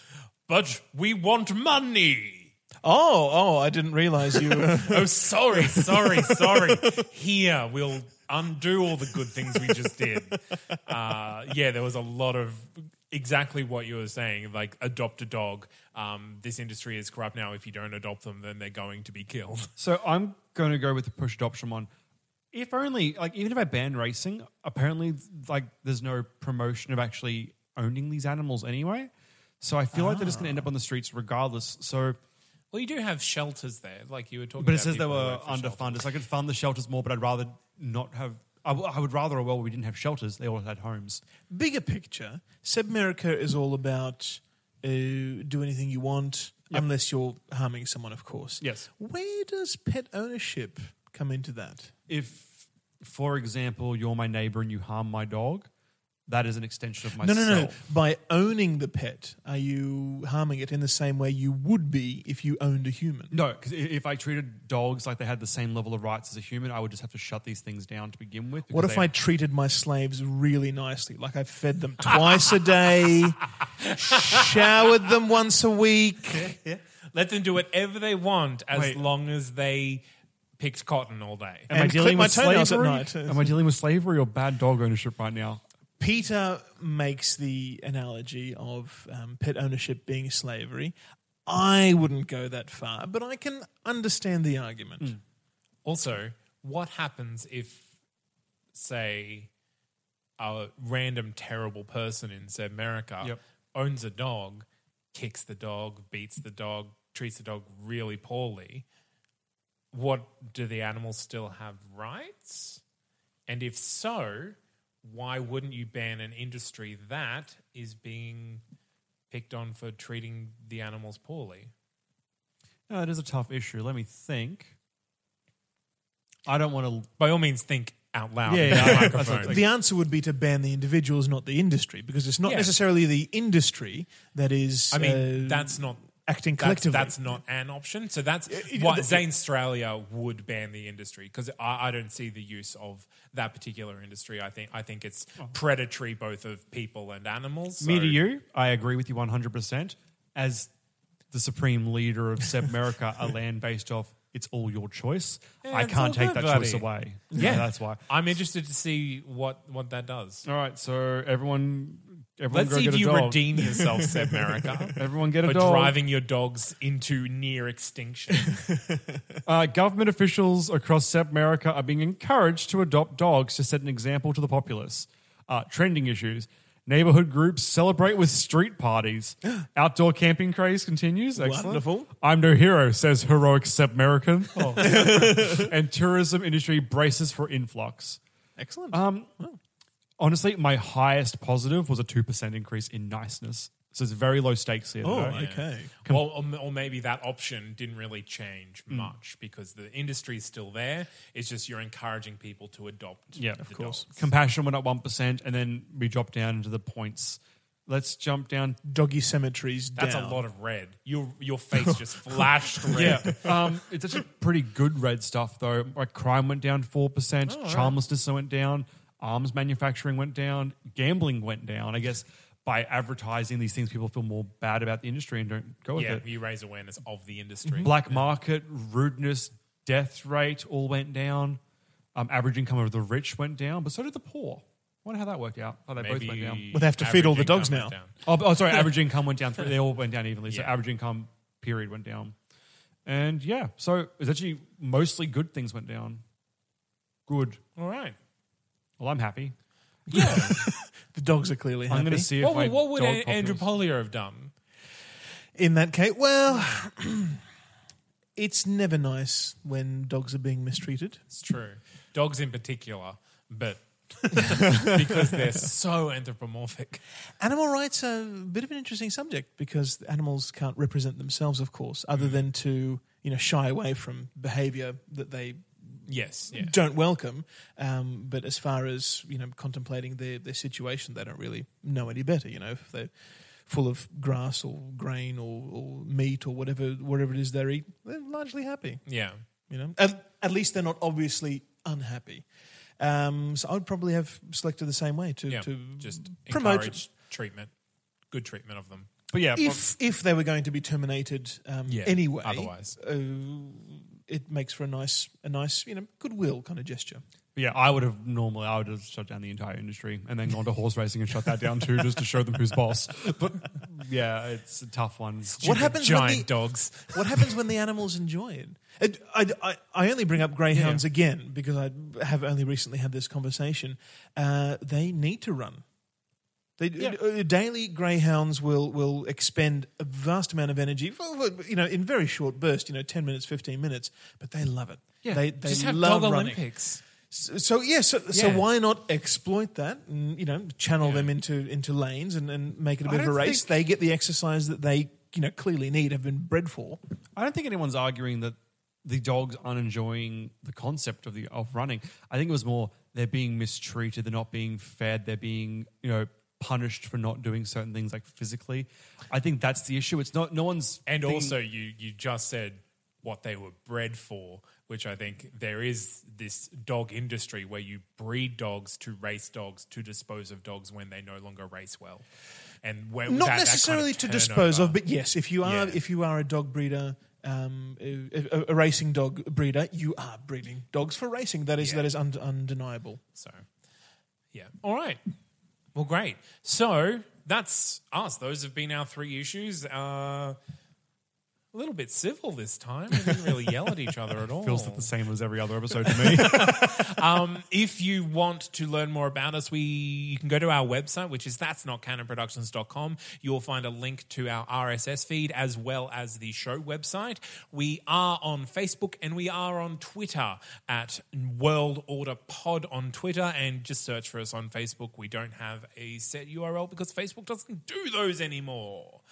Speaker 2: but we want money.
Speaker 3: Oh, oh! I didn't realize you. were...
Speaker 2: Oh, sorry, sorry, sorry. Here, we'll undo all the good things we just did. Uh, yeah, there was a lot of exactly what you were saying like, adopt a dog. Um, this industry is corrupt now. If you don't adopt them, then they're going to be killed. [laughs]
Speaker 1: So I'm going to go with the push adoption one. If only, like, even if I ban racing, apparently, like, there's no promotion of actually owning these animals anyway. So I feel like they're just going to end up on the streets regardless. So,
Speaker 2: Well, you do have shelters there, like you were talking
Speaker 1: but it
Speaker 2: about
Speaker 1: says they
Speaker 2: people who
Speaker 1: were
Speaker 2: work for shelters.
Speaker 1: underfunded. So I could fund the shelters more, but I'd rather not have. I, w- I would rather a world where we didn't have shelters; they all had homes.
Speaker 3: bigger picture, Submerica is all about uh, do anything you want, unless you're harming someone, of course.
Speaker 1: Yes.
Speaker 3: Where does pet ownership come into that?
Speaker 1: If, for example, you're my neighbor and you harm my dog, that is an extension of
Speaker 3: No,
Speaker 1: myself.
Speaker 3: no, no. By owning the pet, are you harming it in the same way you would be if you owned a human?
Speaker 1: No, because if I treated dogs like they had the same level of rights as a human, I would just have to shut these things down to begin with.
Speaker 3: What if I treated my slaves really nicely? Like I
Speaker 1: [laughs]
Speaker 3: fed them twice a day, showered them once a week.
Speaker 2: Let them do whatever they want as
Speaker 1: Wait.
Speaker 2: long as they picked cotton all day.
Speaker 1: am I
Speaker 3: and
Speaker 1: dealing
Speaker 3: clip my
Speaker 1: with
Speaker 3: toenails at
Speaker 1: slavery?
Speaker 3: night?
Speaker 1: Am I dealing with slavery or bad dog ownership right now?
Speaker 3: Peter makes the analogy of um, pet ownership being slavery. I wouldn't go that far, but I can understand the argument.
Speaker 2: Mm. Also, what happens if, say, a random terrible person in say, America
Speaker 1: Yep.
Speaker 2: owns a dog, kicks the dog, beats the dog, treats the dog really poorly? What do the animals still have rights? And if so, why wouldn't you ban an industry that is being picked on for treating the animals poorly?
Speaker 1: No, that is a tough issue. Let me think. I don't want to.
Speaker 2: By all means, think out loud.
Speaker 1: Yeah,
Speaker 2: into
Speaker 1: yeah,
Speaker 2: the
Speaker 1: yeah.
Speaker 2: microphone.
Speaker 3: The answer would be to ban the individuals, not the industry, because it's not
Speaker 2: Yeah.
Speaker 3: necessarily the industry that is.
Speaker 2: I mean,
Speaker 3: uh,
Speaker 2: that's not
Speaker 3: acting
Speaker 2: that's-
Speaker 3: collectively.
Speaker 2: That's, not an option. So that's
Speaker 3: it-
Speaker 2: why
Speaker 3: it-
Speaker 2: Zane Australia would ban the industry because I, I don't see the use of that particular industry. I think I think it's predatory both of people and animals. So
Speaker 1: Me to you, I agree with you 100%. As the supreme leader of Submerica, [laughs] a land based off, it's all your choice.
Speaker 2: Yeah,
Speaker 1: I
Speaker 2: it's
Speaker 1: can't
Speaker 2: all
Speaker 1: take
Speaker 2: good,
Speaker 1: that
Speaker 2: buddy.
Speaker 1: choice away.
Speaker 2: Yeah,
Speaker 1: that's why.
Speaker 2: I'm interested to see what what that does.
Speaker 1: All right, so everyone, everyone,
Speaker 2: Let's
Speaker 1: go
Speaker 2: see
Speaker 1: get
Speaker 2: if
Speaker 1: a
Speaker 2: you
Speaker 1: dog.
Speaker 2: redeem
Speaker 1: [laughs]
Speaker 2: yourself, said America.
Speaker 1: Everyone get a
Speaker 2: for
Speaker 1: dog.
Speaker 2: driving your dogs into near extinction.
Speaker 1: Uh, government officials across South America are being encouraged to adopt dogs to set an example to the populace. Uh, trending issues. Neighborhood groups celebrate with street
Speaker 3: [gasps]
Speaker 1: parties. Outdoor camping craze continues. Excellent.
Speaker 3: Wonderful. Oh.
Speaker 1: I'm no hero, says heroic Sep American. [laughs] and tourism industry braces for influx.
Speaker 3: Excellent.
Speaker 1: Um, honestly, my highest positive was a two percent increase in niceness. So it's very low stakes here.
Speaker 3: oh,
Speaker 1: though.
Speaker 3: okay.
Speaker 2: Well, or, m- or maybe that option didn't really change much because the industry is still there. It's just you're encouraging people to adopt.
Speaker 1: Yeah,
Speaker 2: the
Speaker 1: of course.
Speaker 2: dogs.
Speaker 1: Compassion went up one percent, and then we dropped down into the points. Let's jump down.
Speaker 3: Doggy cemeteries.
Speaker 2: That's
Speaker 3: down.
Speaker 2: a lot of red. Your your face just flashed red.
Speaker 1: [laughs] Yeah, um, it's actually pretty good red stuff though. Like crime went down four percent, charmlessness went down, arms manufacturing went down, gambling went down. I guess by advertising these things, people feel more bad about the industry and don't go with
Speaker 2: Yeah,
Speaker 1: it.
Speaker 2: you raise awareness of the industry.
Speaker 1: Black market, rudeness, death rate all went down. Um, average income of the rich went down, but so did the poor. wonder how that worked out. How they both went down.
Speaker 3: Well, they have to feed all the dogs now.
Speaker 1: Oh, b- oh,
Speaker 3: [laughs]
Speaker 1: sorry, average income went down. Three, they all went down evenly. So average income period went down. And yeah, so it's actually mostly good things went down. Good.
Speaker 2: All right.
Speaker 1: Well, I'm happy.
Speaker 3: The dogs are clearly happy.
Speaker 1: I'm going to see if
Speaker 2: What,
Speaker 1: my
Speaker 2: would- what would
Speaker 1: dog
Speaker 2: An- Andrew
Speaker 1: populace-
Speaker 2: Polio have done?
Speaker 3: In that case, well, [clears throat] it's never nice when dogs are being mistreated.
Speaker 2: It's true. Dogs in particular, but [laughs] because they're so anthropomorphic.
Speaker 3: Animal rights are a bit of an interesting subject because animals can't represent themselves, of course, other
Speaker 2: Mm.
Speaker 3: than to you know shy away from behaviour that they
Speaker 2: Yes. Yeah.
Speaker 3: don't welcome. Um, but as far as you know, contemplating their their situation, they don't really know any better. You know, if they're full of grass or grain or, or meat or whatever whatever it is they eat, they're largely happy.
Speaker 2: Yeah.
Speaker 3: You know, at, at least they're not obviously unhappy. Um, so I would probably have selected the same way to,
Speaker 2: Yeah.
Speaker 3: to
Speaker 2: Just
Speaker 3: promote
Speaker 2: encourage treatment, good treatment of them.
Speaker 1: But yeah,
Speaker 3: if if they were going to be terminated um,
Speaker 2: Yeah,
Speaker 3: anyway.
Speaker 2: otherwise.
Speaker 3: uh, it makes for a nice a nice you know goodwill kind of gesture.
Speaker 1: but yeah, I would have normally I would have shut down the entire industry and then gone to horse racing and shut that down too, just to show them who's boss. But yeah, it's a tough one.
Speaker 3: What happens when
Speaker 2: giant
Speaker 3: the-
Speaker 2: dogs?
Speaker 3: What happens when the animals enjoy it? it I, I, I only bring up greyhounds again because I have only recently had this conversation. Uh, they need to run. They, uh, daily greyhounds will will expend a vast amount of energy, for- for, you know, in very short bursts, you know, ten minutes, fifteen minutes, but they love it. Yeah, they, they
Speaker 2: Just have
Speaker 3: love
Speaker 2: dog
Speaker 3: running.
Speaker 2: Olympics.
Speaker 3: So, so yeah, so, so
Speaker 2: Yeah.
Speaker 3: why not exploit that? And, you know, channel them into into lanes and, and make it a bit of a
Speaker 1: don't
Speaker 3: race.
Speaker 1: think-
Speaker 3: They get the exercise that they you know clearly need, have been bred for.
Speaker 1: I don't think anyone's arguing that the dogs aren't enjoying the concept of the of running. I think it was more they're being mistreated, they're not being fed, they're being you know punished for not doing certain things like physically. I think that's the issue. It's not no one's
Speaker 2: And
Speaker 1: being-
Speaker 2: also, you you just said what they were bred for, which I think there is this dog industry where you breed dogs to race dogs to dispose of dogs when they no longer race well, and where, that-
Speaker 3: Not
Speaker 2: that kind of
Speaker 3: necessarily to dispose of,
Speaker 2: turnover-
Speaker 3: but yes, if you are
Speaker 2: Yeah.
Speaker 3: if you are a dog breeder, um, a, a- a racing dog breeder, you are breeding dogs for racing. That is that is un- undeniable.
Speaker 2: So, yeah. All right. Well, great. So that's us. Those have been our three issues. Uh, a little bit civil this time. We didn't really yell at each other at all.
Speaker 1: [laughs] [laughs] feels the same as every other episode to
Speaker 2: [laughs]
Speaker 1: me.
Speaker 2: Um, if you want to learn more about us, we you can go to our website, which is that's not canonproductions.com. You'll find a link to our RSS feed as well as the show website. We are on Facebook and we are on Twitter at World Order Pod on Twitter and just search for us on Facebook. We don't have a set URL because Facebook doesn't do those anymore.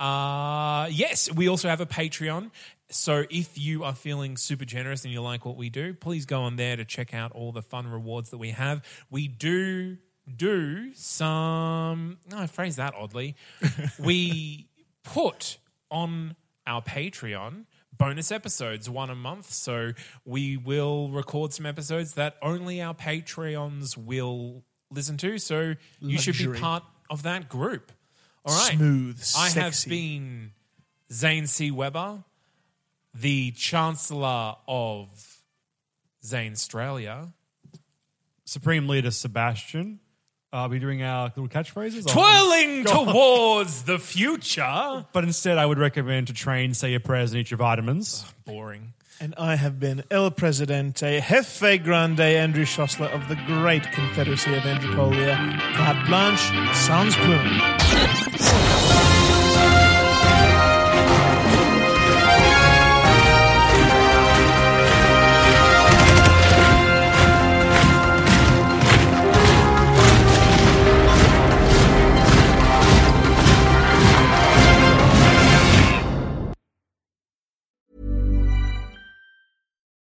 Speaker 2: Uh, yes, we also have a Patreon. So if you are feeling super generous and you like what we do, please go on there to check out all the fun rewards that we have. We do do some. No, I phrased that oddly. we put on our Patreon bonus episodes one a month so we will record some episodes that only our patreons will listen to so you should be
Speaker 3: Luxury.
Speaker 2: part of that group all right
Speaker 3: Smooth,
Speaker 2: i have
Speaker 3: sexy.
Speaker 2: been zane c weber the chancellor of zane australia
Speaker 1: Supreme Leader Sebastian, Uh, we're doing our little catchphrases.
Speaker 2: Twirling towards the future.
Speaker 1: But instead, I would recommend to train, say your prayers, and eat your vitamins.
Speaker 2: Boring.
Speaker 3: And I have been El Presidente, Jefe Grande, Andrew Schossler of the Great Confederacy of Andropolia, Carte Blanche, Sans Plume.